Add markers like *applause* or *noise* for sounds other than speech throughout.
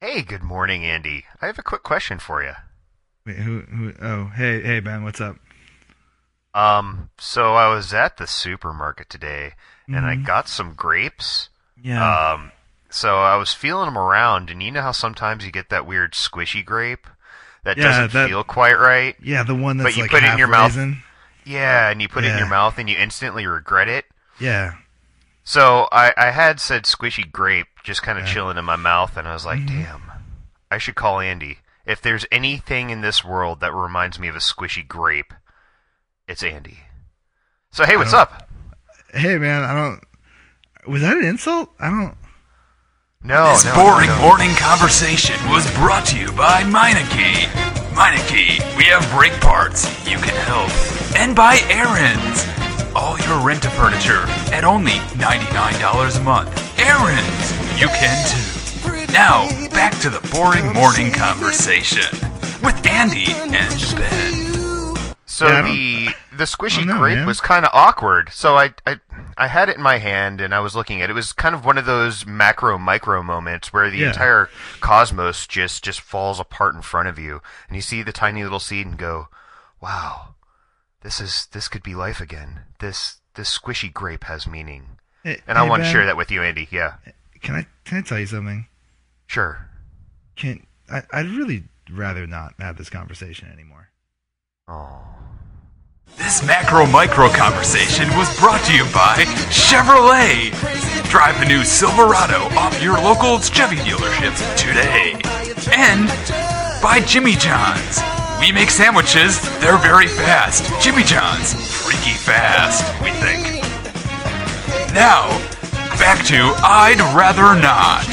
Hey, good morning, Andy. I have a quick question for you. Wait, who, who? Oh, hey, hey, Ben, what's up? Um, so I was at the supermarket today and I Mhm. got some grapes. Yeah. Um, so I was feeling them around, and you know how sometimes you get that weird squishy grape that Yeah, doesn't that- feel quite right? yeah, the one that's but you like put it in half your mouth. raisin. Yeah, and you put it in Yeah. your mouth and you instantly regret it. Yeah. So I, I had said squishy grape just kind of Yeah. chilling in my mouth, and I was like, Mhm. damn, I should call Andy. If there's anything in this world that reminds me of a squishy grape, it's Andy. So hey, what's Oh. up? Hey, man, I don't. Was that an insult? I don't. No, this Oh, no, boring no. morning conversation was brought to you by Meineke. Meineke, we have brake parts you can help, and by Aaron's. All your rent to furniture at only $99 a month. Aaron's, you can too. Now, back to the boring morning conversation with Andy and Ben. So Yeah, I don't- the the squishy don't know, grape man. was kind of awkward. So I, I I had it in my hand and I was looking at it. It was kind of one of those macro micro moments where the Yeah. entire cosmos just just falls apart in front of you, and you see the tiny little seed and go, "Wow, this is this could be life again. This this squishy grape has meaning." Hey, And I hey, want to Ben, share that with you, Andy. Yeah, Can I? Can I tell you something? sure. Can I? I'd really rather not have this conversation anymore. Oh, This macro micro conversation was brought to you by Chevrolet. Drive the new Silverado off your local Chevy dealership today. And by Jimmy John's. We make sandwiches, they're very fast. Jimmy John's, freaky fast, we think. Now, back to I'd Rather Not.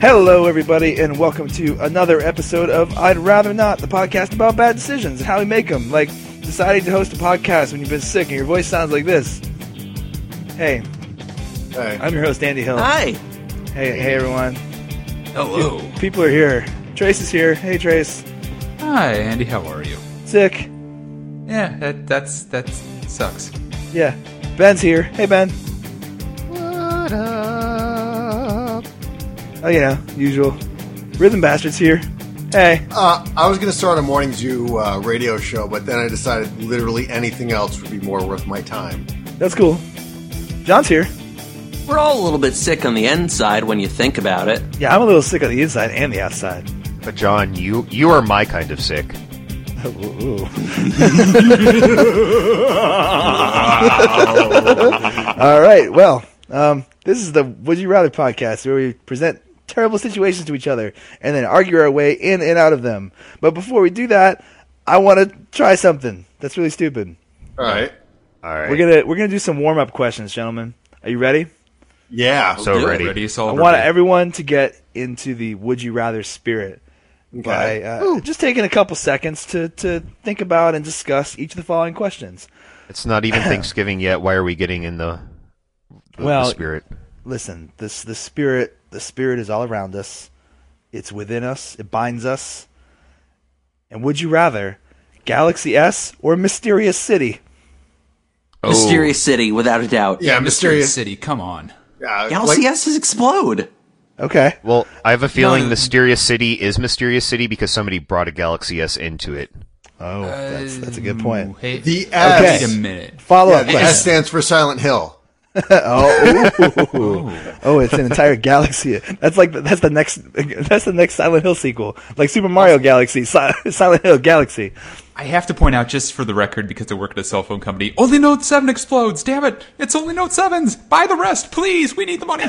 Hello, everybody, and welcome to another episode of I'd Rather Not, the podcast about bad decisions and how we make them, like deciding to host a podcast when you've been sick and your voice sounds like this. Hey, Hey. I'm your host, Andy Hill. Hi. Hey, hey, everyone. Hello. People are here. Trace is here. Hey, Trace. Hi, Andy, how are you? Sick. Yeah, that, that's, that sucks. Yeah. Ben's here. Hey, Ben. Oh, you know, usual. Rhythm Bastard's here. Hey. Uh, I was going to start a morning zoo uh, radio show, but then I decided literally anything else would be more worth my time. That's cool. John's here. We're all a little bit sick on the inside when you think about it. Yeah, I'm a little sick on the inside and the outside. but John, you you are my kind of sick. Ooh. *laughs* All right. Well, um, this is the Would You Rather podcast where we present terrible situations to each other and then argue our way in and out of them. But before we do that, I want to try something that's really stupid. All right. All right, We're gonna we're gonna do some warm up questions, gentlemen. Are you ready? Yeah. so do it. ready. Ready, I Saul? want everyone to get into the Would You Rather spirit. by okay. uh, just taking a couple seconds to, to think about and discuss each of the following questions. It's *laughs* not even Thanksgiving yet. Why are we getting in the, the- the Well, spirit? Listen, this the spirit the spirit is all around us. It's within us. It binds us. And would you rather Galaxy S or Mysterious City? Oh. Mysterious City, without a doubt. yeah, mysterious. City, come on. Yeah, Galaxy like- S's explode. Okay. Well, I have a feeling no. Mysterious City is Mysterious City because somebody brought a Galaxy S into it. Oh, that's that's a good point. Um, Hey, The S. Okay. wait a minute. Follow Yeah, up the S question. stands for Silent Hill. Oh, it's an *laughs* entire galaxy. That's like that's the next *laughs* that's the next Silent Hill sequel, like Super Mario Galaxy, Si- *laughs* Silent Hill Galaxy. I have to point out, just for the record, because I work at a cell phone company, only Note 7 explodes! Damn it! It's only Note 7s! Buy the rest, please! We need the money!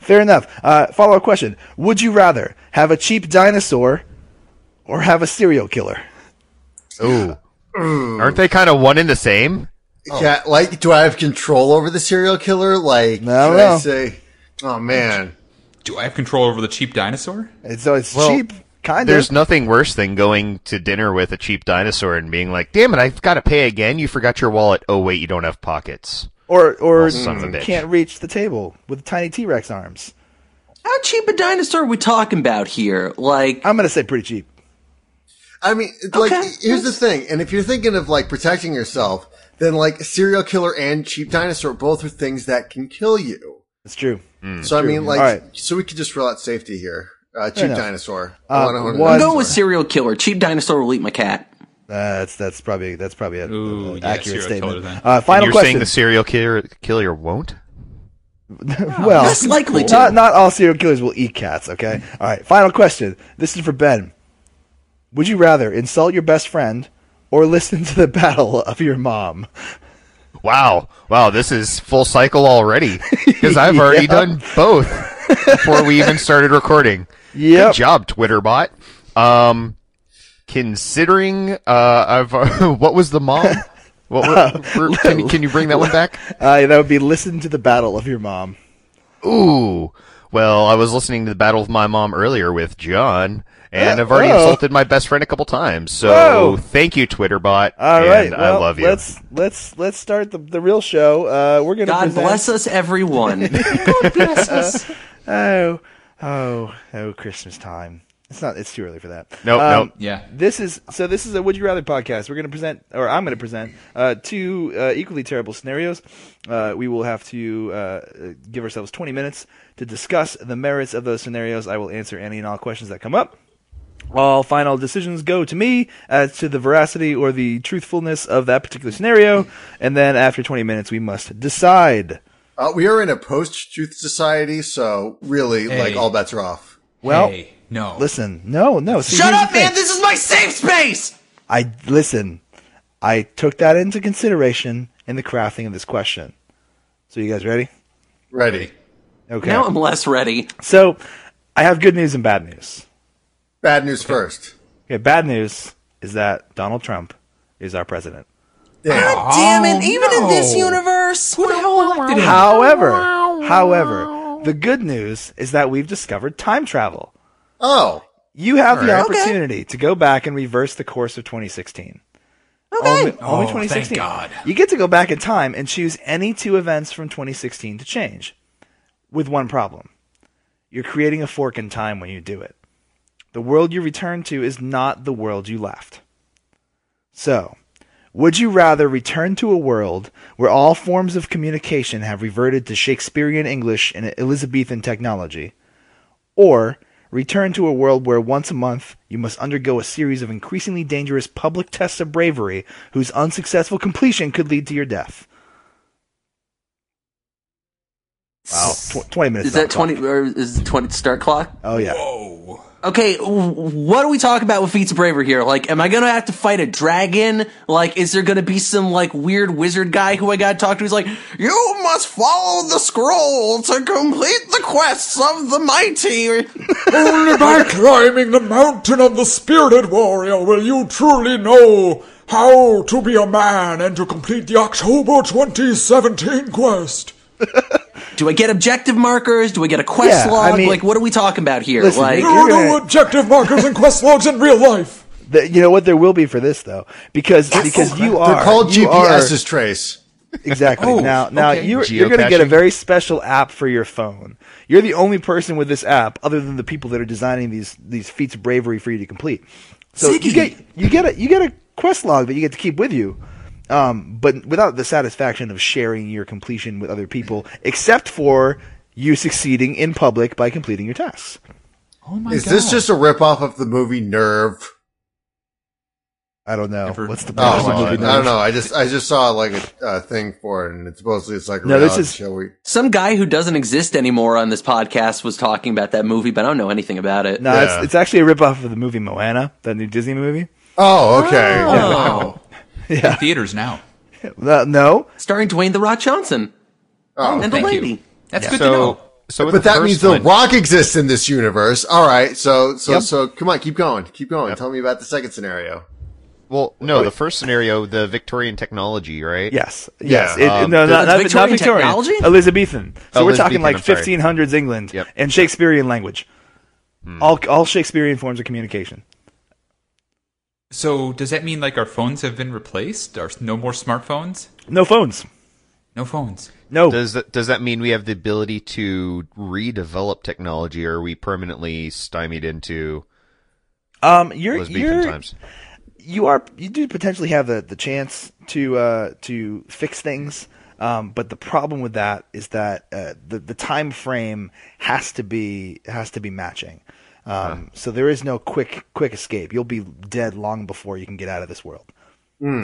Fair enough. Uh, follow up question: Would you rather have a cheap dinosaur or have a serial killer? Ooh. Aren't they kind of one and the same? Yeah, like, do I have control over the serial killer? Like, No, should I no. say, oh man, Do I have control over the cheap dinosaur? And so it's Well, cheap, kind of. There's nothing worse than going to dinner with a cheap dinosaur and being like, "Damn it, I've got to pay again. You forgot your wallet. Oh wait, you don't have pockets." Or or Oh, son of a bitch. can't reach the table with tiny T Rex arms. How cheap a dinosaur we talking about here? Like, I'm gonna say pretty cheap. I mean, it's like, Okay. here's the thing. And if you're thinking of like protecting yourself, then like serial killer and cheap dinosaur both are things that can kill you. It's true. so I mean, like, All right. so we could just rule out safety here. Uh, cheap enough. dinosaur. Uh, One hundred one- I'm going with serial killer. Cheap dinosaur will eat my cat. That's that's probably that's probably an Ooh, yeah, accurate serial killer statement. then. Uh, final You're saying question. the serial killer killer won't? *laughs* Oh. well, Less likely to. Not not all serial killers will eat cats. Okay. *laughs* All right. Final question. This is for Ben. Would you rather insult your best friend or listen to the *laughs* battle of your mom? Wow, wow, this is full *laughs* cycle already because I've already done both before we even started recording. Yep. Good job, Twitterbot. Um, considering uh, I've *laughs* what was the mom? What, *laughs* were- can, can you bring that one back? Uh, that would be listen to the battle of your mom. Ooh. Well, I was listening to the battle of my mom earlier with John, and Uh, I've already oh. insulted my best friend a couple times. So Whoa. thank you, Twitterbot. All and right. I well, love you. Let's let's let's start the, the real show. Uh, we're gonna God present- bless *laughs* us, everyone. God bless us. Oh, oh, oh, Christmas time. It's not. It's too early for that. Um, Nope, nope. Yeah. This is so. This is a Would You Rather podcast. We're going to present, or I'm going to present, uh, two uh, equally terrible scenarios. Uh, we will have to uh, give ourselves 20 minutes to discuss the merits of those scenarios. I will answer any and all questions that come up. All final decisions go to me as to the veracity or the truthfulness of that particular scenario, and then after 20 minutes, we must decide. Uh, we are in a post-truth society, so really, like, all bets are off. Well, Hey, no. listen, no, no. See, Shut here's the up, man. thing. This is my safe space. I listen. I took that into consideration in the crafting of this question. So you guys ready? Ready? Okay. Now I'm less ready. so I have good news and bad news. Bad news first. Okay, bad news is that Donald Trump is our president. Yeah. Damn it! Even in this no. universe, who the hell elected him? However, however, the good news is that we've discovered time travel. Oh, You have the Okay. opportunity to go back and reverse the course of 2016. Okay. Only, only Oh, 2016. thank God. You get to go back in time and choose any two events from 2016 to change, with one problem. You're creating a fork in time when you do it. The world you return to is not the world you left. So, would you rather return to a world where all forms of communication have reverted to Shakespearean English and Elizabethan technology, or return to a world where once a month you must undergo a series of increasingly dangerous public tests of bravery whose unsuccessful completion could lead to your death? Wow, tw- 20 minutes. Is on that the clock. twenty? Or is it twenty start clock? Oh, yeah. Whoa. Okay, w- what are we talking about with feats of bravery here? Like, am I gonna have to fight a dragon? Like, is there gonna be some like weird wizard guy who I gotta talk to? He's like, you must follow the scroll to complete the quests of the mighty. *laughs* Only by climbing the mountain of the spirited warrior will you truly know how to be a man and to complete the October 2017 quest. Do I get objective markers? Do I get a quest Yeah, I log? mean- like, what are we talking about here? Listen, like, You're There are no right. objective markers and quest logs in real life. The- you know what? There will be for this though, because because you are they're called you are- GPS's trace. exactly. Oh, now now okay. you're you're going to get a Geocaching. very special app for your phone. You're the only person with this app, other than the people that are designing these these feats of bravery for you to complete. So you Ziggy. get you get a you get a quest log that you get to keep with you. Um, but without the satisfaction of sharing your completion with other people, except for you succeeding in public by completing your tasks. Oh my Is this just a ripoff of the movie Nerve? I don't know. Never- What's the Oh, point? of well, the I movie don't notes? know. I just I just saw like a uh, thing for it, and it's supposedly it's like a No, this reality is- show. We some guy who doesn't exist anymore on this podcast was talking about that movie, but I don't know anything about it. No, Yeah. it's, it's actually a ripoff of the movie Moana, that new Disney movie. oh okay. Oh. theaters now? Uh, no, *laughs* Starring Dwayne the Rock Johnson and the lady. That's good So, so with But the that first means the one- rock exists in this universe. All right, so so Yep. so come on, keep going, keep going. Tell me about the second scenario. Well, no, the first scenario, the Victorian technology, right? Yes, yes. Yeah, It- um, no, the- not, the not, Victorian not Victorian. technology? Elizabethan. So we're talking Elizabethan, like I'm sorry. 1500s England Yep. Hmm. and Shakespearean language. All all Shakespearean forms of communication. So does that mean like our phones have been replaced? Are no more smartphones? No phones. No phones. No. Does that does that mean we have the ability to redevelop technology, or are we permanently stymied into um, you're Elizabethan you're times? you are you do potentially have the, the chance to uh, to fix things, um, but the problem with that is that uh, the the time frame has to be has to be matching. Um, So there is no quick quick escape. You'll be dead long before you can get out of this world.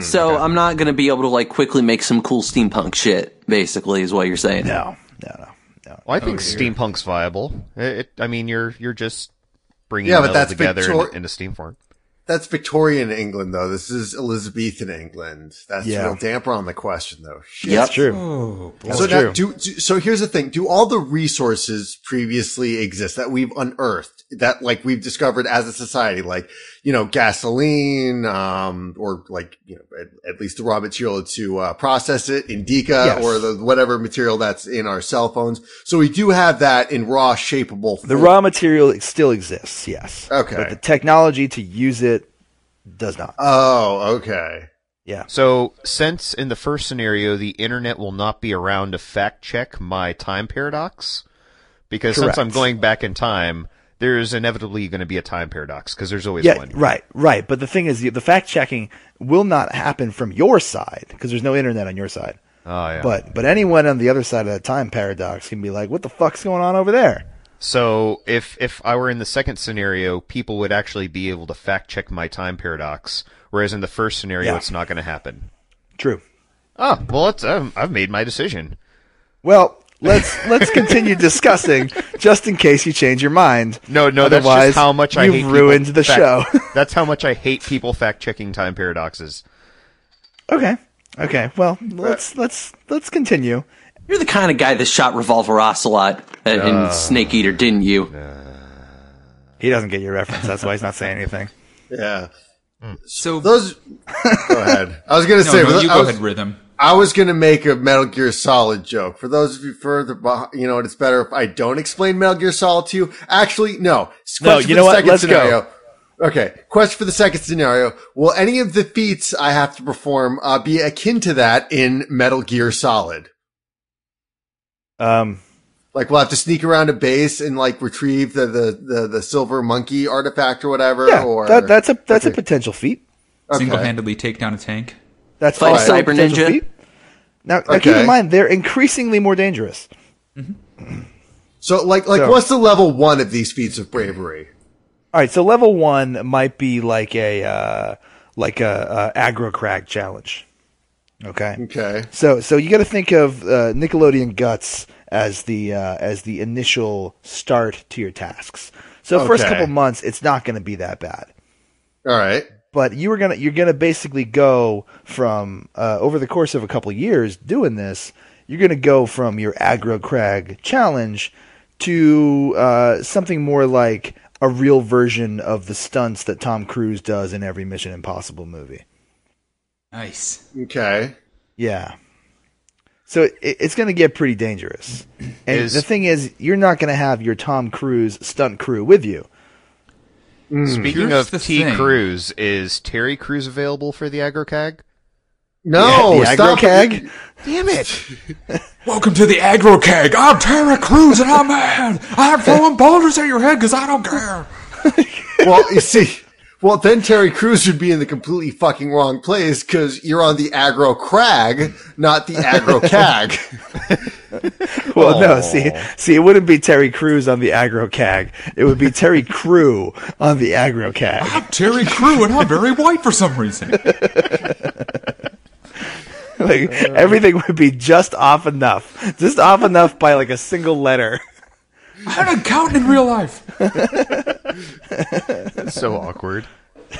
So I'm not gonna be able to like quickly make some cool steampunk shit. Basically, is what you're saying. No, no, no, no. Well, I think steampunk's viable. It, it- I mean, you're you're just bringing Yeah, yeah, but that's together Victor- in, in a steam form. That's Victorian England, though. This is Elizabethan England. That's Yeah. a real damper on the question, though. Shit. Yep. True. so That's now, do, do, so here's the thing: Do all the resources previously exist that we've unearthed that, like, we've discovered as a society, like, you know, gasoline, um, or like, you know, at, at least the raw material to uh, process it, indica, Yes. or the whatever material that's in our cell phones. So we do have that in raw, shapeable. The form. raw material still exists, yes. Okay. But the technology to use it does not. Oh, okay. yeah. Uh, So, since in the first scenario the internet will not be around to fact check my time paradox, because Correct. since I'm going back in time, there is inevitably going to be a time paradox because there's always Yeah, one. right, right. But the thing is, the, the fact checking will not happen from your side because there's no internet on your side. Oh, yeah. But but anyone on the other side of that time paradox can be like, what the fuck's going on over there? So if if I were in the second scenario, people would actually be able to fact check my time paradox, whereas in the first scenario, Yeah. it's not going to happen. True. Oh well, it's, um, I've made my decision. Well, *laughs* let's let's continue discussing just in case you change your mind. No, no, that's Otherwise, just how much I you've hate people ruined the fact- show. *laughs* *laughs* that's how much I hate people fact checking time paradoxes. okay. Okay. Well, let's let's let's continue. You're the kind of guy that shot Revolver Ocelot and, Uh, and Snake Eater, didn't you? He doesn't get your reference. That's why he's not saying anything. Yeah. So Those. go ahead. *laughs* I was gonna no, say. no, but you I go was- ahead, rhythm. I was gonna make a Metal Gear Solid joke. For those of you further, beh- you know, it's better if I don't explain Metal Gear Solid to you. Actually, no. S- No, question you for know the what? second Let's go. scenario. Okay, question for the second scenario: Will any of the feats I have to perform uh, be akin to that in Metal Gear Solid? *laughs* Um, Like we'll have to sneak around a base and like retrieve the the the, the silver monkey artifact or whatever. yeah, or that, that's a that's a potential feat. Okay. Single-handedly take down a tank. That's Fight also a Cyber potential Ninja. feat. Now, now keep Okay. in mind they're increasingly more dangerous. So like like So- what's the level one of these feats of bravery? All right, so level one might be like a uh, like a, a aggro crag challenge. Okay. Okay. So so you got to think of uh, Nickelodeon Guts as the uh, as the initial start to your tasks. So first Okay. couple months, it's not going to be that bad. All right. but you were gonna you're gonna basically go from uh, over the course of a couple years doing this you're gonna go from your aggro crag challenge to uh, something more like a real version of the stunts that tom cruise does in every mission impossible movie Nice. Okay. yeah so it, it's gonna get pretty dangerous and Is- the thing is you're not gonna have your tom cruise stunt crew with you Mm. Speaking Here's of the T thing. Cruz, is Terry Cruz available for the aggro cag? No, the aggro stop crag it. damn it Welcome to the aggro keg. I'm Terry Crews and I'm mad. I'm throwing boulders at your head because I don't care. *laughs* Well, you see, well then Terry Crews would be in the completely fucking wrong place because you're on the aggro crag, not the aggro cag. Well, no, see, see, it wouldn't be Terry Crews on the aggro cag. It would be Terry Crew on the aggro cag. *laughs* I'm Terry Crew and I'm very white for some reason. Like Uh. everything would be just off enough, just off enough by like a single letter. I'm an accountant in real life. That's *laughs* so awkward.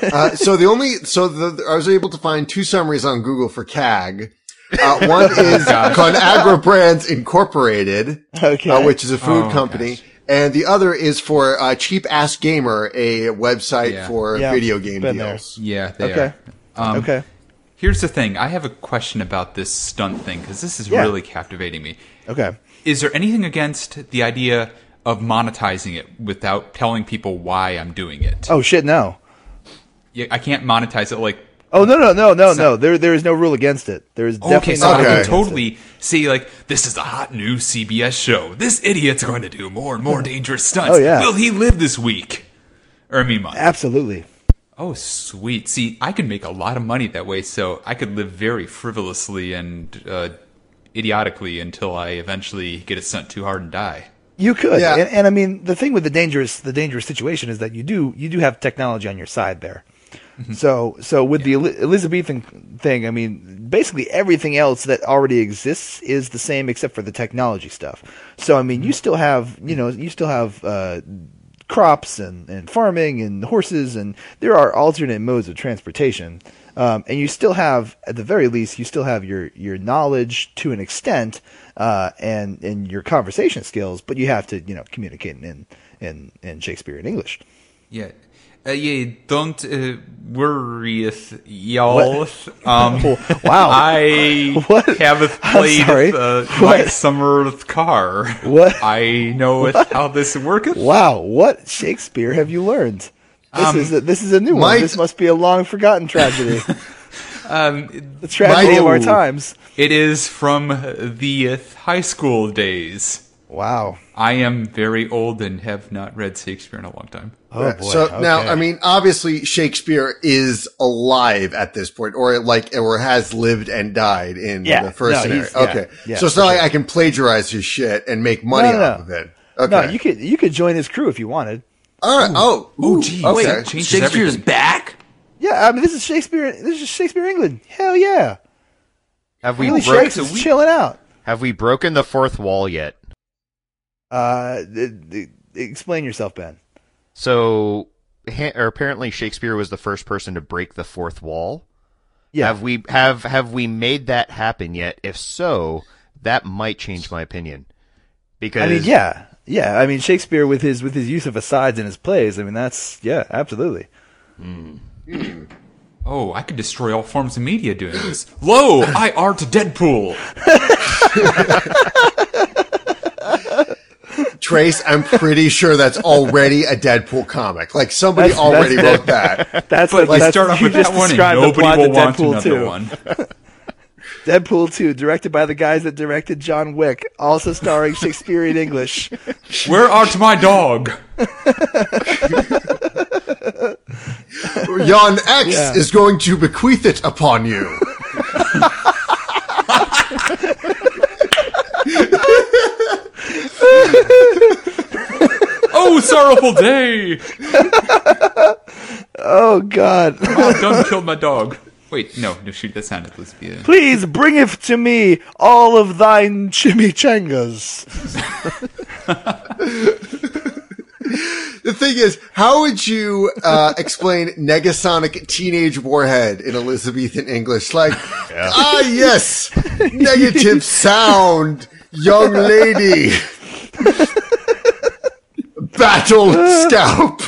Uh, so the only so the, I was able to find two summaries on Google for cag. Uh, one is called Aggro Brands Incorporated, Okay. uh, which is a food Oh, company, and the other is for uh, Cheap Ass Gamer, a website Yeah. for Yeah, video game been deals. Yeah, they Okay. Um, Okay. Here's the thing. I have a question about this stunt thing because this is Yeah. really captivating me. Okay. Is there anything against the idea of monetizing it without telling people why I'm doing it? Oh shit, no. Yeah, I can't monetize it like Oh no no no no So- no. There there is no rule against it. There is definitely okay, so no I rule can against it. totally see like this is a hot new CBS show. This idiot's going to do more and more dangerous stunts. Oh, yeah. Will he live this week? Or I mean month. Absolutely. Oh, sweet. See, I could make a lot of money that way, so I could live very frivolously and uh, idiotically until I eventually get a stunt too hard and die. You could. Yeah. And, and I mean, the thing with the dangerous the dangerous situation is that you do you do have technology on your side there. *laughs* So so with the the Elizabethan thing, I mean, basically everything else that already exists is the same except for the technology stuff. So I mean, you still have, you know, you still have uh crops and, and farming and horses and there are alternate modes of transportation um, and you still have at the very least you still have your your knowledge to an extent uh, and and your conversation skills but you have to you know communicate in in in Shakespearean English Yeah. Uh, yeah, don't uh, worry, if y'all. *laughs* Um, Oh, *laughs* wow. I *laughs* What? have I'm played sorry. uh, *laughs* my What? summer car. What? *laughs* I know it- how this worketh. wow what Shakespeare have you learned this is a, this is a new one Mike- this must be a long forgotten tragedy *laughs* Um, the tragedy of our Mike- times it is from the uh, high school days. wow I am very old and have not read Shakespeare in a long time. oh boy so now, Okay. I mean, obviously Shakespeare is alive at this point, or like, or has lived and died in Yeah. the first No, scenario. he's- yeah, Okay, yeah, so it's for not like I can plagiarize his shit and make money No, no, off no. of it. Okay, no you could you could join his crew if you wanted All right. Oh, Ooh, geez. okay. That changes Shakespeare's everything. back. Yeah, I mean, this is Shakespeare. This is Shakespeare England. Hell yeah, Have we Willie broke, Shakes is chilling out. have we broken the fourth wall yet? Uh, th- th- explain yourself, Ben. So, ha- or apparently Shakespeare was the first person to break the fourth wall. Yeah, Have we have have we made that happen yet? If so, that might change my opinion. Because I mean, yeah, yeah. I mean, Shakespeare with his with his use of asides in his plays. I mean, that's yeah, absolutely. Oh, I could destroy all forms of media *laughs* doing this. Lo, I art Deadpool. Trace, I'm pretty sure that's already a Deadpool comic. Like somebody That's- already that's- *laughs* wrote that. That's But what you that's, start off you with that just one, and described the plot nobody will to want Deadpool another 2. one. Deadpool two, directed by the guys that directed John Wick, also starring Shakespearean *laughs* English. Where art my dog? Yon X Yeah. is going to bequeath it upon you. Oh, sorrowful day! Oh God! Bob Dunn killed my dog. Wait, no, no, shoot, that sounded lesbian. Please bringeth to me all of thine chimichangas. The thing is, how would you uh, explain negasonic teenage warhead in Elizabethan English? Like, ah, yes, negative sound, young lady, battle scalp,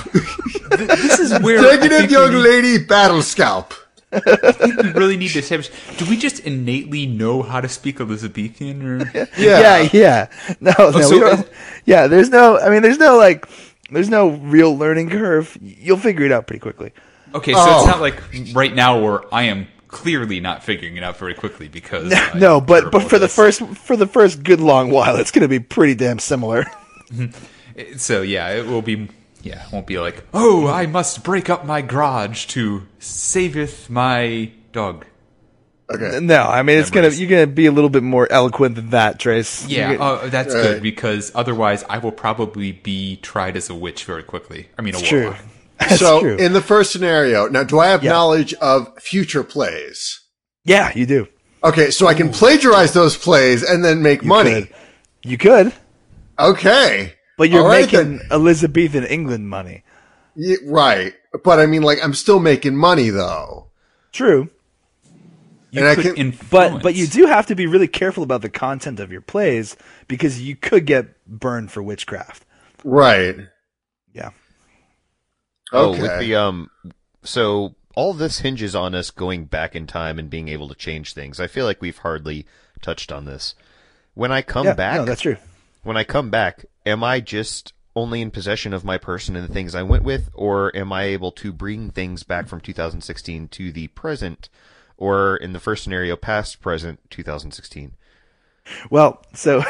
This is where I negative think we young need- lady, battle scalp. we really need to establish. Do we just innately know how to speak Elizabethan? *laughs* Or yeah, yeah. No, no. so we don't- is- yeah, there's no. I mean, there's no like. There's no real learning curve. You'll figure it out pretty quickly. okay, so Oh. it's not like right now where I am clearly not figuring it out very quickly because I'm no, but terrible but for at the this. first for the first good long while, it's going to be pretty damn similar. So yeah, it will be. Yeah, it won't be like, oh, I must break up my garage to saveth my dog. Okay. *laughs* No, I mean it's gonna Memories. you're gonna be a little bit more eloquent than that, Trace. Yeah, You're gonna- uh, that's Right. good because otherwise I will probably be tried as a witch very quickly. I mean, a it's true. warlock. That's so, true. in the first scenario, now, do I have Yeah. knowledge of future plays? yeah, you do. Okay, so I can plagiarize those plays and then make You money. could. You could, Okay. but you're All right, making then. Elizabethan England money. Y- right. But I mean, like, I'm still making money though. True, You And I could can- but influence. but you do have to be really careful about the content of your plays because you could get burned for witchcraft. Right. Yeah. oh, Okay. uh, with the um, so all this hinges on us going back in time and being able to change things. I feel like we've hardly touched on this. When I come yeah, back, No, that's true. when I come back, am I just only in possession of my person and the things I went with, or am I able to bring things back from 2016 to the present, or in the first scenario, past, present, 2016? Well, so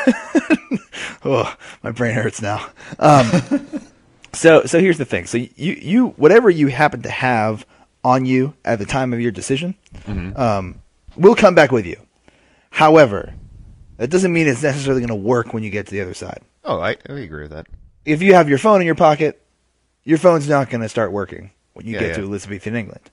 *laughs* oh, my brain hurts now. Um, *laughs* so so here's the thing. So you you whatever you happen to have on you at the time of your decision, Mm-hmm. um, will come back with you. However, that doesn't mean it's necessarily going to work when you get to the other side. Oh, I, I agree with that. If you have your phone in your pocket, your phone's not going to start working when you Yeah, get yeah. Hmm. to Elizabethan England.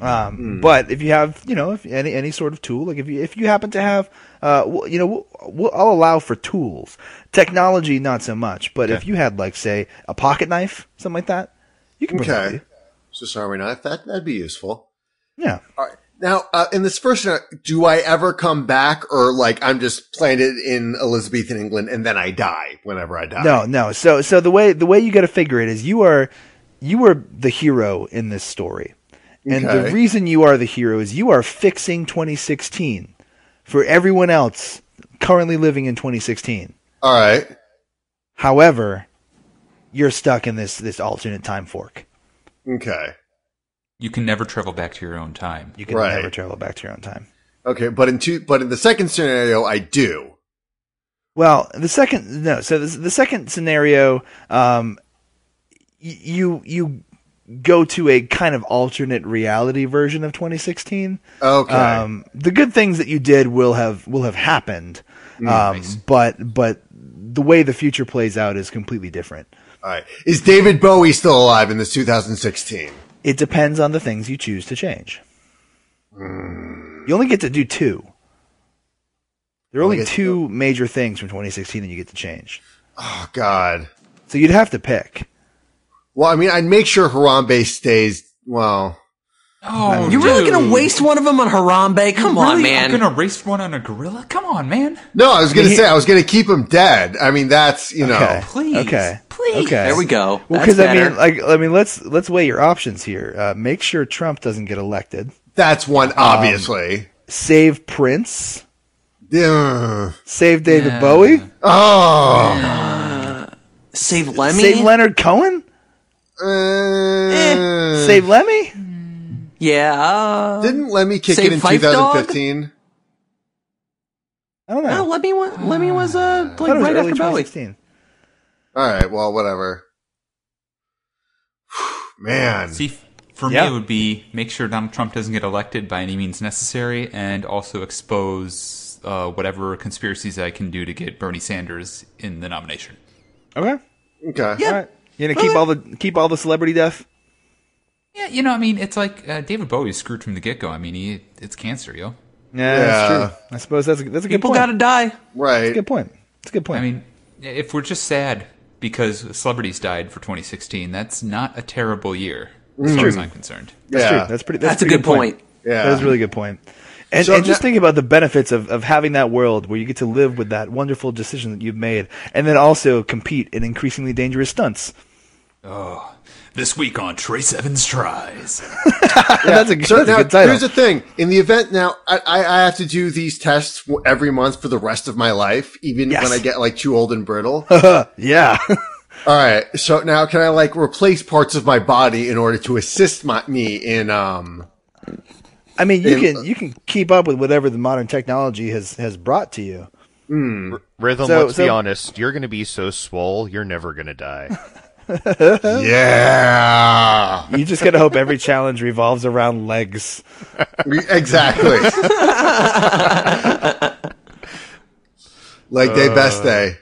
Um, But if you have, you know, if any any sort of tool, like if you if you happen to have, uh, w- you know, w- w- I'll allow for tools, technology not so much, but if Okay. you had like say a pocket knife, something like that, you can bring that with Okay. So sorry, not that. That'd be useful. you. Yeah. All right. Now, uh, in this first, uh, do I ever come back or like I'm just planted in Elizabethan England and then I die whenever I die? No, no. So so the way the way you got to figure it is you are you are the hero in this story. And the Okay. reason you are the hero is you are fixing 2016 for everyone else currently living in 2016. All right. However, you're stuck in this this alternate time fork. Okay. You can never travel back to your own time. You can Right. never travel back to your own time. Okay. But in two, but in the second scenario, I do. Well, the second no, so the, the second scenario, um, y- you you go to a kind of alternate reality version of 2016. Okay. Um, the good things that you did will have will have happened, Mm, um, but but the way the future plays out is completely different. All right. Is David Bowie still alive in this 2016? It depends on the things you choose to change. Mm. You only get to do two. There are only get to two major things from 2016 that you get to change, Oh God. so you'd have to pick. Well, I mean, I'd make sure Harambe stays. Well, Oh, You really dude. gonna waste one of them on Harambe? Come on, Really? man. I'm gonna race one on a gorilla. Come on, man. no, I was going to He- say I was going to keep him dead. I mean, that's you know. Okay. Please, Okay. please. Okay. There we go. Well, That's because I better. mean, like, I mean, let's let's weigh your options here. Uh, make sure Trump doesn't get elected. That's Um, one, obviously. Save Prince. Ugh. Save David Bowie. oh. save Lemmy. Save Leonard Cohen. Uh, Eh. Save Lemmy. yeah. uh, Didn't Lemmy kick Save it in Fife Dog? 2015? I don't know. no, Lemmy was Lemmy was uh I thought like it was right early after Bowie. 2016. All right. Well, whatever. *sighs* Man. See, for Yeah. me, it would be make sure Donald Trump doesn't get elected by any means necessary, and also expose uh, whatever conspiracies I can do to get Bernie Sanders in the nomination. Okay. Okay. Yeah. All right. You gonna keep all the keep all the celebrity death? Yeah, you know, I mean, it's like uh, David Bowie is screwed from the get go. I mean, he it's cancer, yo. Yeah, Yeah. that's true. I suppose that's a, that's a good People point. gotta die. Right. That's a good point. It's a good point. I mean, if we're just sad because celebrities died for 2016, that's not a terrible year, as far as I'm concerned. that's yeah. true. That's pretty. That's, That's, a pretty good point. Yeah. That is a really good point. And, So and just now- think about the benefits of, of having that world where you get to live with that wonderful decision that you've made, and then also compete in increasingly dangerous stunts. This week on Trace Evans Tries. that's a, good- So that's a now good title. here's the thing. In the event now, I, I I have to do these tests w- every month for the rest of my life, even Yes. when I get like too old and *laughs* brittle. yeah, All right. So now can I like replace parts of my body in order to assist my, me in, um, I mean you And- can you can keep up with whatever the modern technology has has brought to you. Rhythm, So- let's be so- honest, you're going to be so swole, you're never going to *laughs* die. yeah, You just gotta hope every challenge revolves around *laughs* legs. exactly. like day, Uh, best day.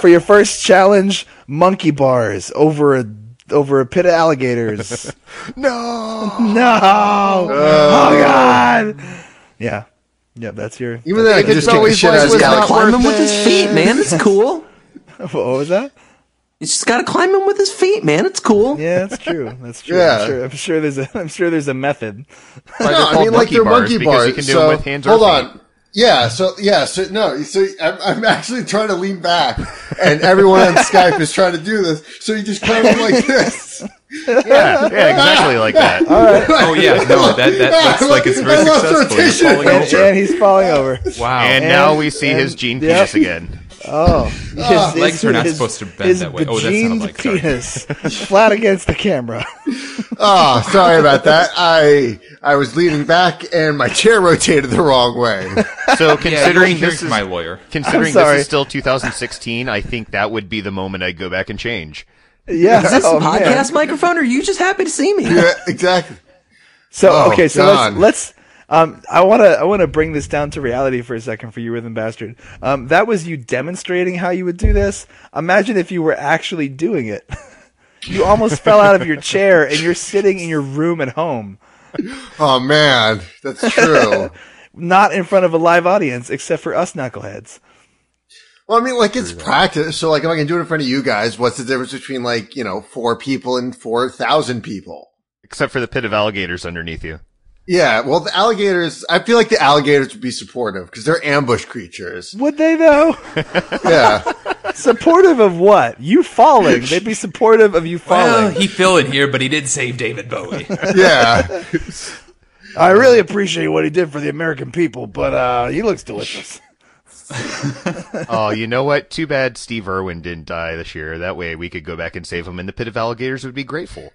For your first challenge, monkey bars over a over a pit of *laughs* alligators. No. No! Oh, God! Yeah. Yeah, that's your. Even then, I can just kick the always shit like out of with the Gotta not Alex. climb him with his feet, man. *laughs* It's cool. What was that? You just gotta climb him with his feet, man. It's cool. Yeah, that's true. That's true. Yeah. I'm, sure, I'm sure there's a. *laughs* I'm sure there's a method. Why No, they're I called mean like they're monkey because bars. you can do so, them with hands hold or feet. on. Yeah, so yeah, so no, so I'm, I'm actually trying *laughs* to lean back, and everyone on Skype is trying to do this. So you just climb like this. Yeah, yeah, exactly like that. Oh yeah, no, *laughs* that, that looks like it's very I lost successful. He's falling rotation. And- And, over. and he's falling over. wow. And, now we see and- his gene yep. *laughs* penis again. Oh, his, legs are not supposed to bend that way. Oh, that sounded bejeaned like- sorry. penis flat against the *laughs* camera. Ah. Oh, *laughs* sorry about that. I I was leaning back and my chair rotated the *laughs* wrong way. So yeah, considering you're this is my lawyer. considering sorry. this is still 2016, I think that would be the moment I'd go back and change. Yeah, Is this *laughs* oh, man. podcast microphone, or are you just happy to see me? yeah, exactly. So Oh, okay, so God. let's let's. Um, I wanna I wanna bring this down to reality for a second for you, rhythm bastard. Um, that was you demonstrating how you would do this. Imagine if you were actually doing it. *laughs* you almost fell out of your chair, and you're sitting in your room at home, Oh man, that's *laughs* true. not in front of a live audience, except for us knuckleheads. Well, I mean, like it's practice. So, like, if I can do it in front of you guys, what's the difference between like you know four people and four thousand people? Except for the pit of alligators underneath you. Yeah, well, the alligators. I feel like the alligators would be supportive because they're ambush *laughs* creatures. Would they though? Yeah, supportive of what? You falling? They'd be supportive of you falling. Well, he fell in here, but he did save David *laughs* Bowie. *laughs* yeah. I really appreciate what he did for the American people, but uh, he looks delicious. Oh, you know what? Too bad Steve Irwin didn't die this year. That way we could go back and save him, and the pit of alligators would be grateful.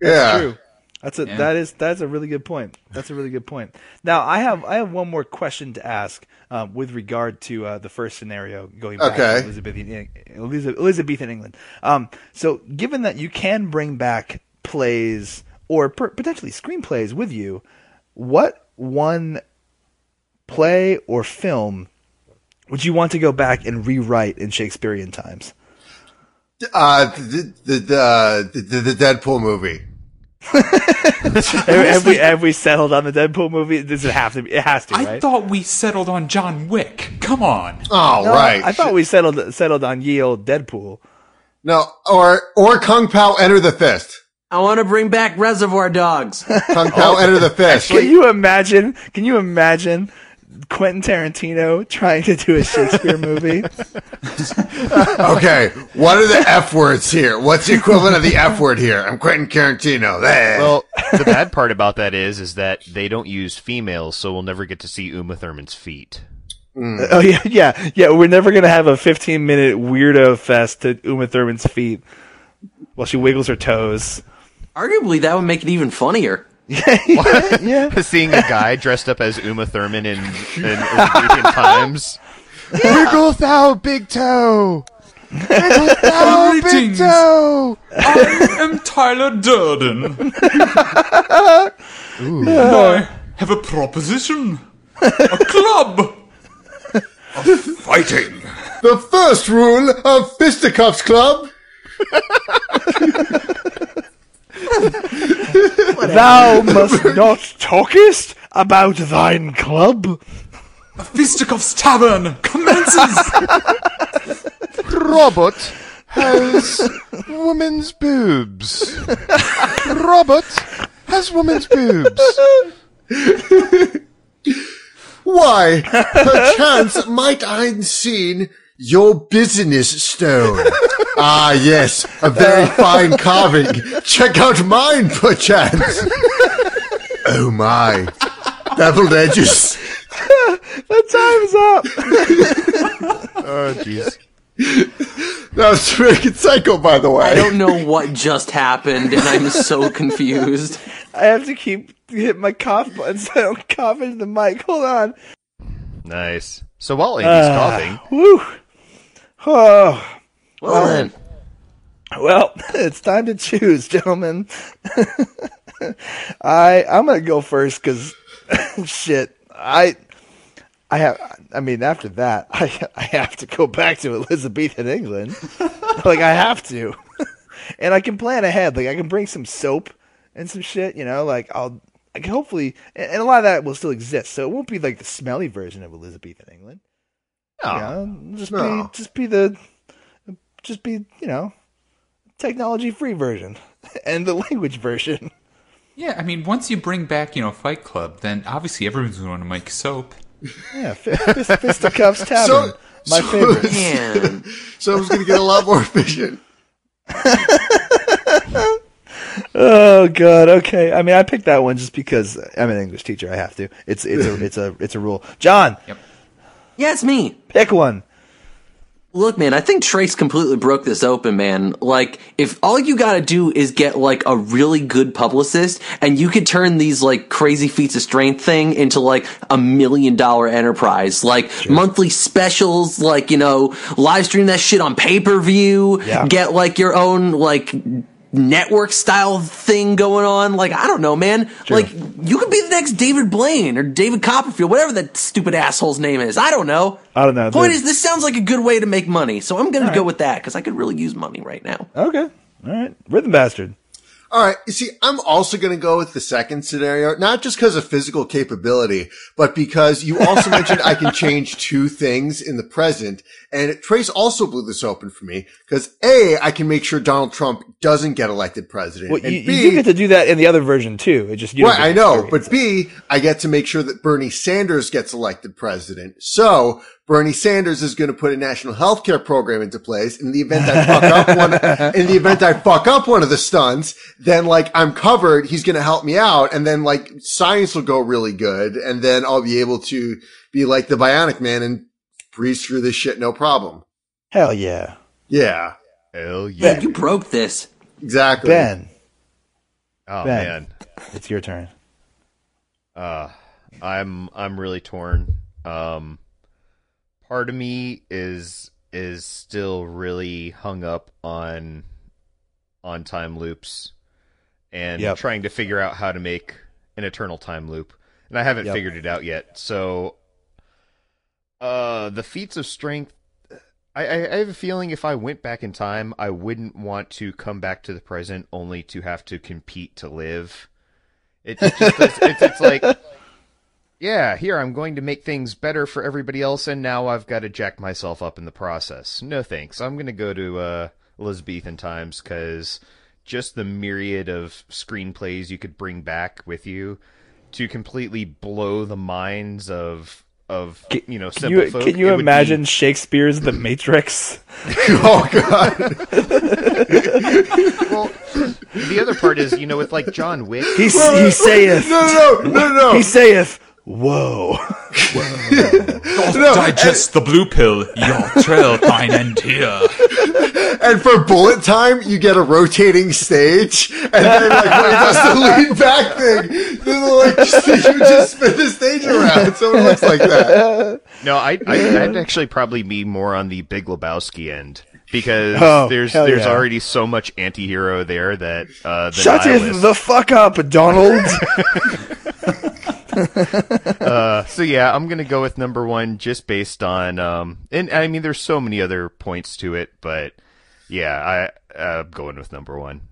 Yeah. True. That's a that is that's a really good point. That's a really good point. Now I have I have one more question to ask um, with regard to uh, the first scenario going back Okay. to Elizabethan eh, Eliza- Elizabethan England. Um, so given that you can bring back plays or per- potentially screenplays with you, what one play or film would you want to go back and rewrite in Shakespearean times? Uh, the the the, the, the Deadpool movie. Have, have we have we settled on the Deadpool movie? Does it have to? Be, it has to. I right? thought we settled on John Wick. Come on. Oh, No, right. I thought we settled settled on ye old Deadpool. no, or or Kung Pao Enter the Fist. I want to bring back Reservoir Dogs. *laughs* Kung Pao Oh. Enter the Fist. Can you imagine? Can you imagine Quentin Tarantino trying to do a Shakespeare movie? Okay, what *laughs* are the F words here? What's the equivalent of the F word here? I'm Quentin Tarantino. Eh. Well, the *laughs* bad part about that is, is that they don't use females, so we'll never get to see Uma Thurman's feet. *laughs* oh yeah, yeah, yeah. We're never gonna have a 15 minute weirdo fest to Uma Thurman's feet while she wiggles her toes. Arguably, that would make it even funnier. Yeah, Seeing a guy dressed up as Uma Thurman in, in *laughs* Elizabethan times. *laughs* Wiggle thou big toe! Greetings. Toe! I am Tyler *laughs* Durden. And I have a proposition. A club. Of fighting. the first rule of Fisticuffs Club. thou must not talkest about thine club. Fisticuffs Tavern *laughs* commences. *laughs* Robert has woman's *laughs* boobs. Robert has woman's boobs. Why, perchance might I seen your business stone? ah, yes, a very fine carving. Check out mine, perchance. oh my, beveled edges. The time's up. Oh, jeez. That was freaking psycho, by the I way. don't know what just happened, and I'm so confused. I have to keep hit my cough button so *laughs* I don't cough into the mic. Hold on. Nice. So while Andy's Uh, coughing, Woo. Oh. Well then, Well, *laughs* it's time to choose, gentlemen. I I'm gonna go first because *laughs* shit, I I have I mean after that *laughs* I I have to go back to Elizabethan England, like I have to, *laughs* and I can plan ahead. Like I can bring some soap and some shit, you know. Like I'll I can hopefully and, and a lot of that will still exist, so it won't be like the smelly version of Elizabethan England. No. Yeah, it'll just No. be just be the just be you know technology free version *laughs* and the language version. Yeah, I mean, once you bring back, you know, Fight Club, then obviously everyone's going to make soap. Yeah, fi- fist, fisticuffs tavern, *laughs* So- my so- favorite. man, So I was going to get a lot more efficient. Oh god. Okay. I mean, I picked that one just because I'm an English teacher. I have to. It's it's a it's a it's a rule. John, Yeah, it's me. pick one. Look, man, I think Trace completely broke this open, man. Like, if all you gotta do is get, like, a really good publicist, and you could turn these, like, crazy feats of strength thing into, like, a million dollar enterprise. Like, monthly specials, like, you know, live stream that shit on pay per view, Yeah. get, like, your own, like, network style thing going on. Like, I don't know, man. Like, you could be the next David Blaine or David Copperfield, whatever that stupid asshole's name is. I don't know. I don't know. Point The- is, this sounds like a good way to make money, so I'm going to go with that because I could really use money right now. Okay. All right. Rhythm bastard. All right. You see, I'm also going to go with the second scenario, not just because of physical capability, but because *laughs* you also mentioned I can change two things in the present. And Trace also blew this open for me because A, I can make sure Donald Trump doesn't get elected president. Well, you, and you B, do get to do that in the other version too. It just you don't Right, get I to know, experience but B, I get to make sure that Bernie Sanders gets elected president. So Bernie Sanders is going to put a national health care program into place. In the event I fuck up one, in the event I fuck up one of the stunts, then like I'm covered. He's going to help me out. And then like science will go really good. And then I'll be able to be like the bionic man and breeze through this shit. No problem. it. Hell yeah, Yeah, Hell yeah. Ben. You broke this. exactly. Ben, Oh Ben. man. it's your turn. Uh, I'm I'm really torn. Um, part of me is is still really hung up on on time loops and Yep. trying to figure out how to make an eternal time loop, and I haven't Yep. figured it out yet. So, uh, the feats of strength. I, I I have a feeling if I went back in time, I wouldn't want to come back to the present only to have to compete to live. It just does- it's, it's like, yeah, here I'm going to make things better for everybody else, and now I've got to jack myself up in the process. No thanks. I'm going to go to uh, Elizabethan times because just the myriad of screenplays you could bring back with you to completely blow the minds of of you know Can simple you, folk. can it you would be- imagine Shakespeare's The Matrix? *laughs* Oh god. well, the other part is you know with like John Wick. He, s- he saith, No, no, no, no, no. he saith, whoa. Oh, Digest the blue pill. *laughs* Your trail fine end here. And for bullet time, you get a rotating stage, and then like when he does the lead back thing, then like *laughs* just, you just spin the stage around, so it looks like that. No, I, *laughs* I I'd actually probably be more on the Big Lebowski end because Oh, there's hell there's yeah. already so much anti-hero there that uh, the Shut nihilist- the fuck up, Donald. *laughs* *laughs* So yeah, I'm gonna go with number one just based on um, and I mean there's so many other points to it, but yeah, I uh, going with number one.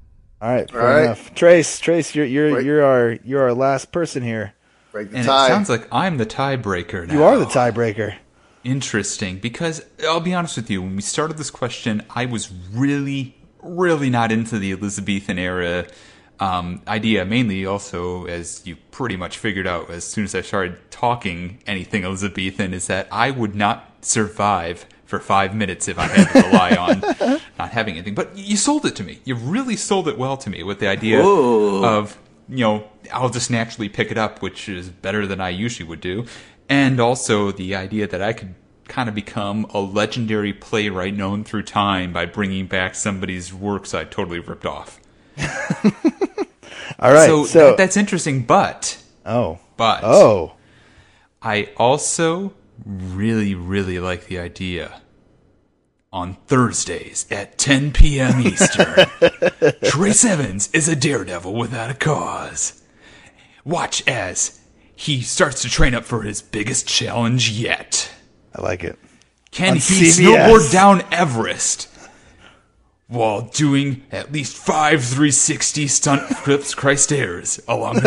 All right, fair All right. enough. Trace, Trace, you're you're Wait. you're our you're our last person here. Break the And tie. it sounds like I'm the tiebreaker now. You are the tiebreaker. Interesting, because I'll be honest with you, when we started this question, I was really, really not into the Elizabethan era um, idea, mainly also, as you pretty much figured out as soon as I started talking anything Elizabethan, is that I would not survive for five minutes if I had to rely on not having anything. But you sold it to me. You really sold it well to me with the idea of you know, I'll just naturally pick it up, which is better than I usually would do. And also the idea that I could kind of become a legendary playwright known through time by bringing back somebody's works I totally ripped off. All right, so, so that- that's interesting, but oh but oh I also really really like the idea on Thursdays at 10 p.m. Eastern. Trace Evans is a daredevil without a cause. Watch as he starts to train up for his biggest challenge yet. I like it. Can On he CBS. snowboard down Everest while doing at least five 360 stunt flips Christ airs along the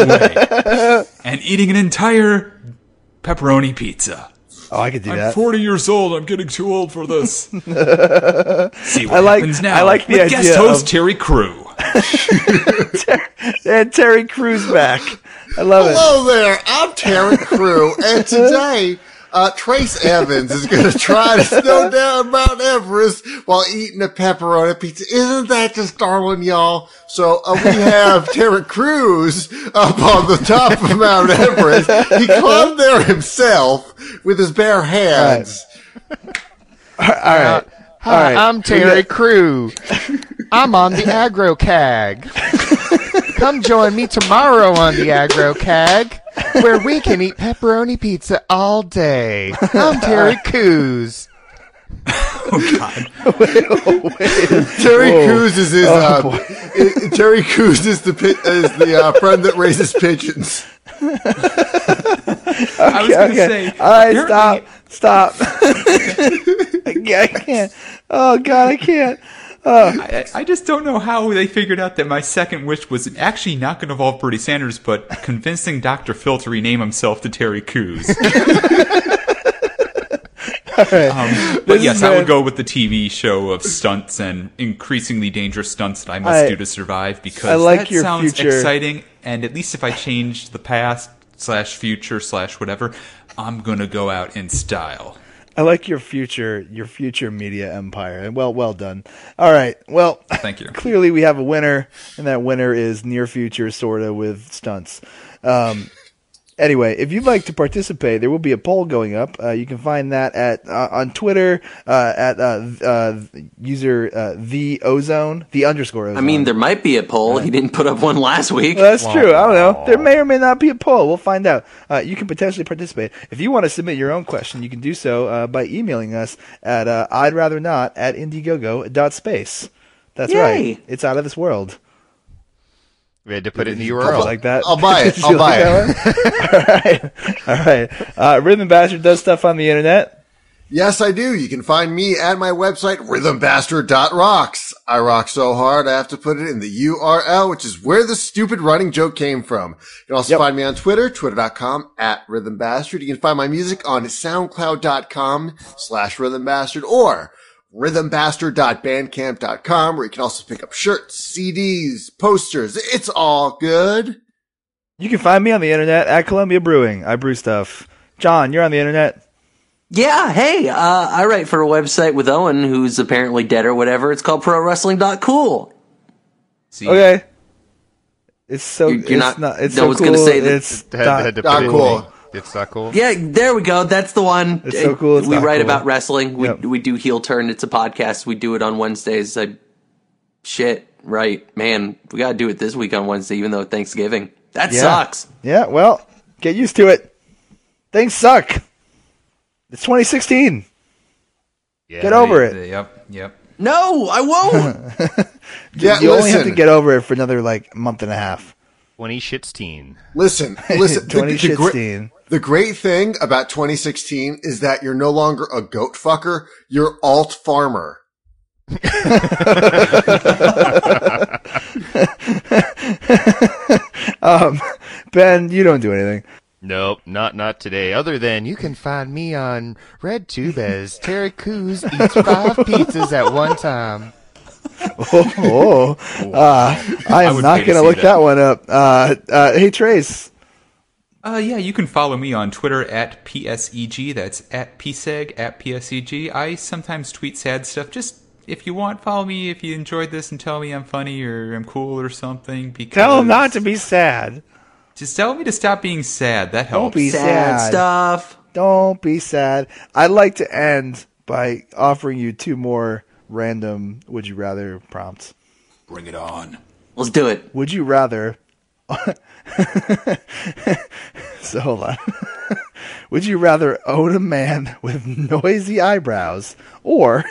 way and eating an entire pepperoni pizza? Oh, I could do I'm that. 40 years old. I'm getting too old for *laughs* this. See what I like- happens now. I like the with guest idea host of- Terry Crew. *laughs* and *laughs* Terry Crews back. I love it. Hello there, I'm Taryn Crew, and today Uh, Trace Evans is going to try to snow down Mount Everest while eating a pepperoni pizza. Isn't that just darling, y'all? So uh, we have Terry Crews up on the top of Mount Everest. *laughs* He climbed there himself with his bare hands. All right. All right. I'm Terry *laughs* Crew. I'm on the Agro Cag. Come join me tomorrow on the Agro Cag, where we can eat pepperoni pizza all day. I'm Terry Coos. Oh, Terry Whoa. Crews is his. uh, i- *laughs* Terry Crews is the pi- is the uh, friend that raises pigeons. I was going to *laughs* Okay. say, All right. apparently- Stop. Stop. I can't- *laughs* I can't. Oh God, I can't. I, I just don't know how they figured out that my second wish was actually not going to involve Bernie Sanders, but convincing Dr. Phil to rename himself to Terry Crews. um, but is yes, I bad. would go with the TV show of stunts and increasingly dangerous stunts that I must I- do to survive because I like that your sounds future. exciting. And at least if I change the past slash future slash whatever, I'm going to go out in style. I like your future, your future media empire. Well, well done. All right. Well, *laughs* Thank you. clearly we have a winner, and that winner is near future sorta with stunts. Um, anyway, if you'd like to participate, there will be a poll going up. Uh, you can find that at uh, on Twitter uh, at uh, th- uh, user uh, the ozone the underscore ozone. I mean, there might be a poll. He didn't put up one last week. Well, that's true. I don't know. There may or may not be a poll. We'll find out. Uh, you can potentially participate. If you want to submit your own question, you can do so uh, by emailing us at uh, I'd rather not at indiegogo.space. That's Yay. right. It's out of this world. We had to put it in the You URL. like that? I'll buy it. *laughs* Did I'll you like buy that one? *laughs* All right. All right. Uh, Rhythm Bastard does stuff on the internet. Yes, I do. You can find me at my website, rhythmbastard.rocks. I rock so hard, I have to put it in the URL, which is where the stupid running joke came from. You can also find me on Twitter, twitter.com at rhythmbastard. You can find my music on soundcloud.com slash rhythmbastard or rhythmbastard.bandcamp.com, where you can also pick up shirts, CDs, posters. It's all good. You can find me on the internet at Columbia Brewing. I brew stuff. John, you're on the internet. Yeah, hey, uh, I write for a website with Owen, who's apparently dead or whatever. It's called ProWrestling.cool. See, Okay. It's so. You're- you're it's not- not, It's no so one's cool. gonna say that- It's Had- not- had to Not put it in cool. the- It's not cool. Yeah, there we go. That's the one. It's so cool, it's we not write cool. about wrestling. We Yep. we do heel turn. It's a podcast. We do it on Wednesdays. I, shit, right, man. We gotta do it this week on Wednesday, even though it's Thanksgiving. That Yeah. sucks. Yeah, well, get used to it. Things suck. It's 2016. Yeah, Get over it. Yep, yep. No, I won't. Yeah, You only have listen. to get over it for another like month and a half. Twenty shits teen. Listen, *laughs* listen. the- 2016. The, great thing about 2016 is that you're no longer a goat fucker. You're alt farmer. Ben, you don't do anything. Nope, not not today. Other than you can find me on RedTube as Terry Coos eats five pizzas at one time. *laughs* Oh, oh. Uh, I am would not pay to going see to look that. that one up. Uh, uh, hey, Trace. Uh, yeah, you can follow me on Twitter at PSEG. That's at PSEG, at PSEG. I sometimes tweet sad stuff. Just if you want, follow me if you enjoyed this and tell me I'm funny or I'm cool or something. Because be sad. Just tell me to stop being sad. That helps. be- Sad Sad. stuff. Don't be sad. I'd like to end by offering you two more random would you rather prompts. Bring it on. Let's do it. Would you rather? *laughs* so hold on. *laughs* Would you rather own a man with noisy eyebrows or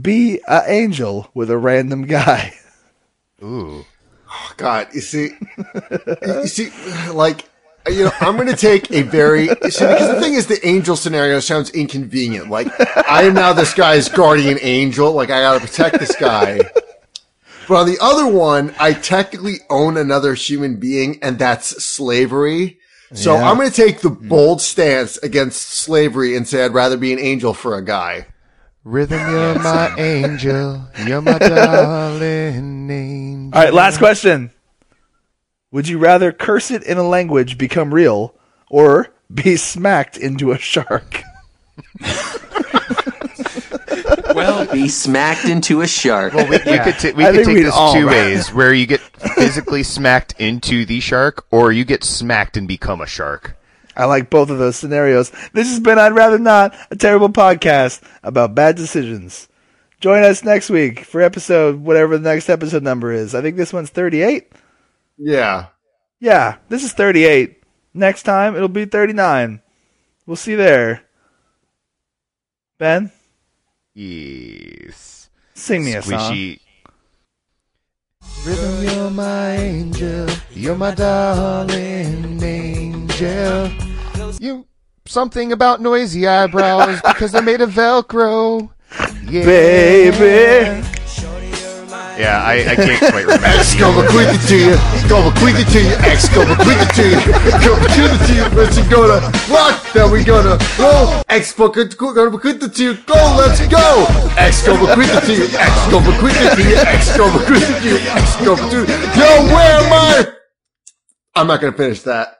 be an angel with a random guy? Ooh. Oh, God, you see, you see, like, you know, I'm going to take a very, you see, because the thing is, the angel scenario sounds inconvenient. Like, I am now this guy's guardian angel. Like, I got to protect this guy. But on the other one, I technically own another human being, and that's slavery. So I'm going to take the bold stance against slavery and say I'd rather be an angel for a guy. Rhythm, you're my angel. You're my darling angel. All right, last question. Would you rather curse it in a language become real or be smacked into a shark. Well, Be smacked into a shark. Well, we, we could, ta- we I could think take we this all- two ways, where you get physically smacked into the shark, or you get smacked and become a shark. I like both of those scenarios. This has been I'd Rather Not, a terrible podcast about bad decisions. Join us next week for episode, whatever the next episode number is. I think this one's 38. Yeah. Yeah, this is 38. Next time, it'll be 39. We'll see you there. Ben, Yes. sing me a song. Squishy. Rhythm, you're my angel. You're my darling angel. You something about noisy *laughs* eyebrows because they're made of Velcro. Yeah. Baby. Yeah, I, I can't quite *laughs* remember. Excavaquita to you, excavaquita to you, excavaquita to you, excavaquita to you, but you gonna rock, then we gonna roll, excavaquita to you, go, let's go, excavaquita to you, excavaquita to you, excavaquita to you, excavaquita to you, yo, where am I? I'm not gonna finish that.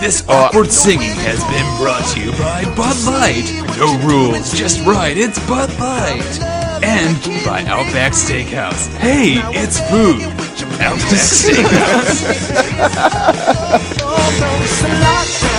This awkward singing has been brought to you by Bud Light. No rules, just right, it's Bud Light. And by Outback Steakhouse. Hey, it's food. *laughs* Outback Steakhouse. Oh, those cilantro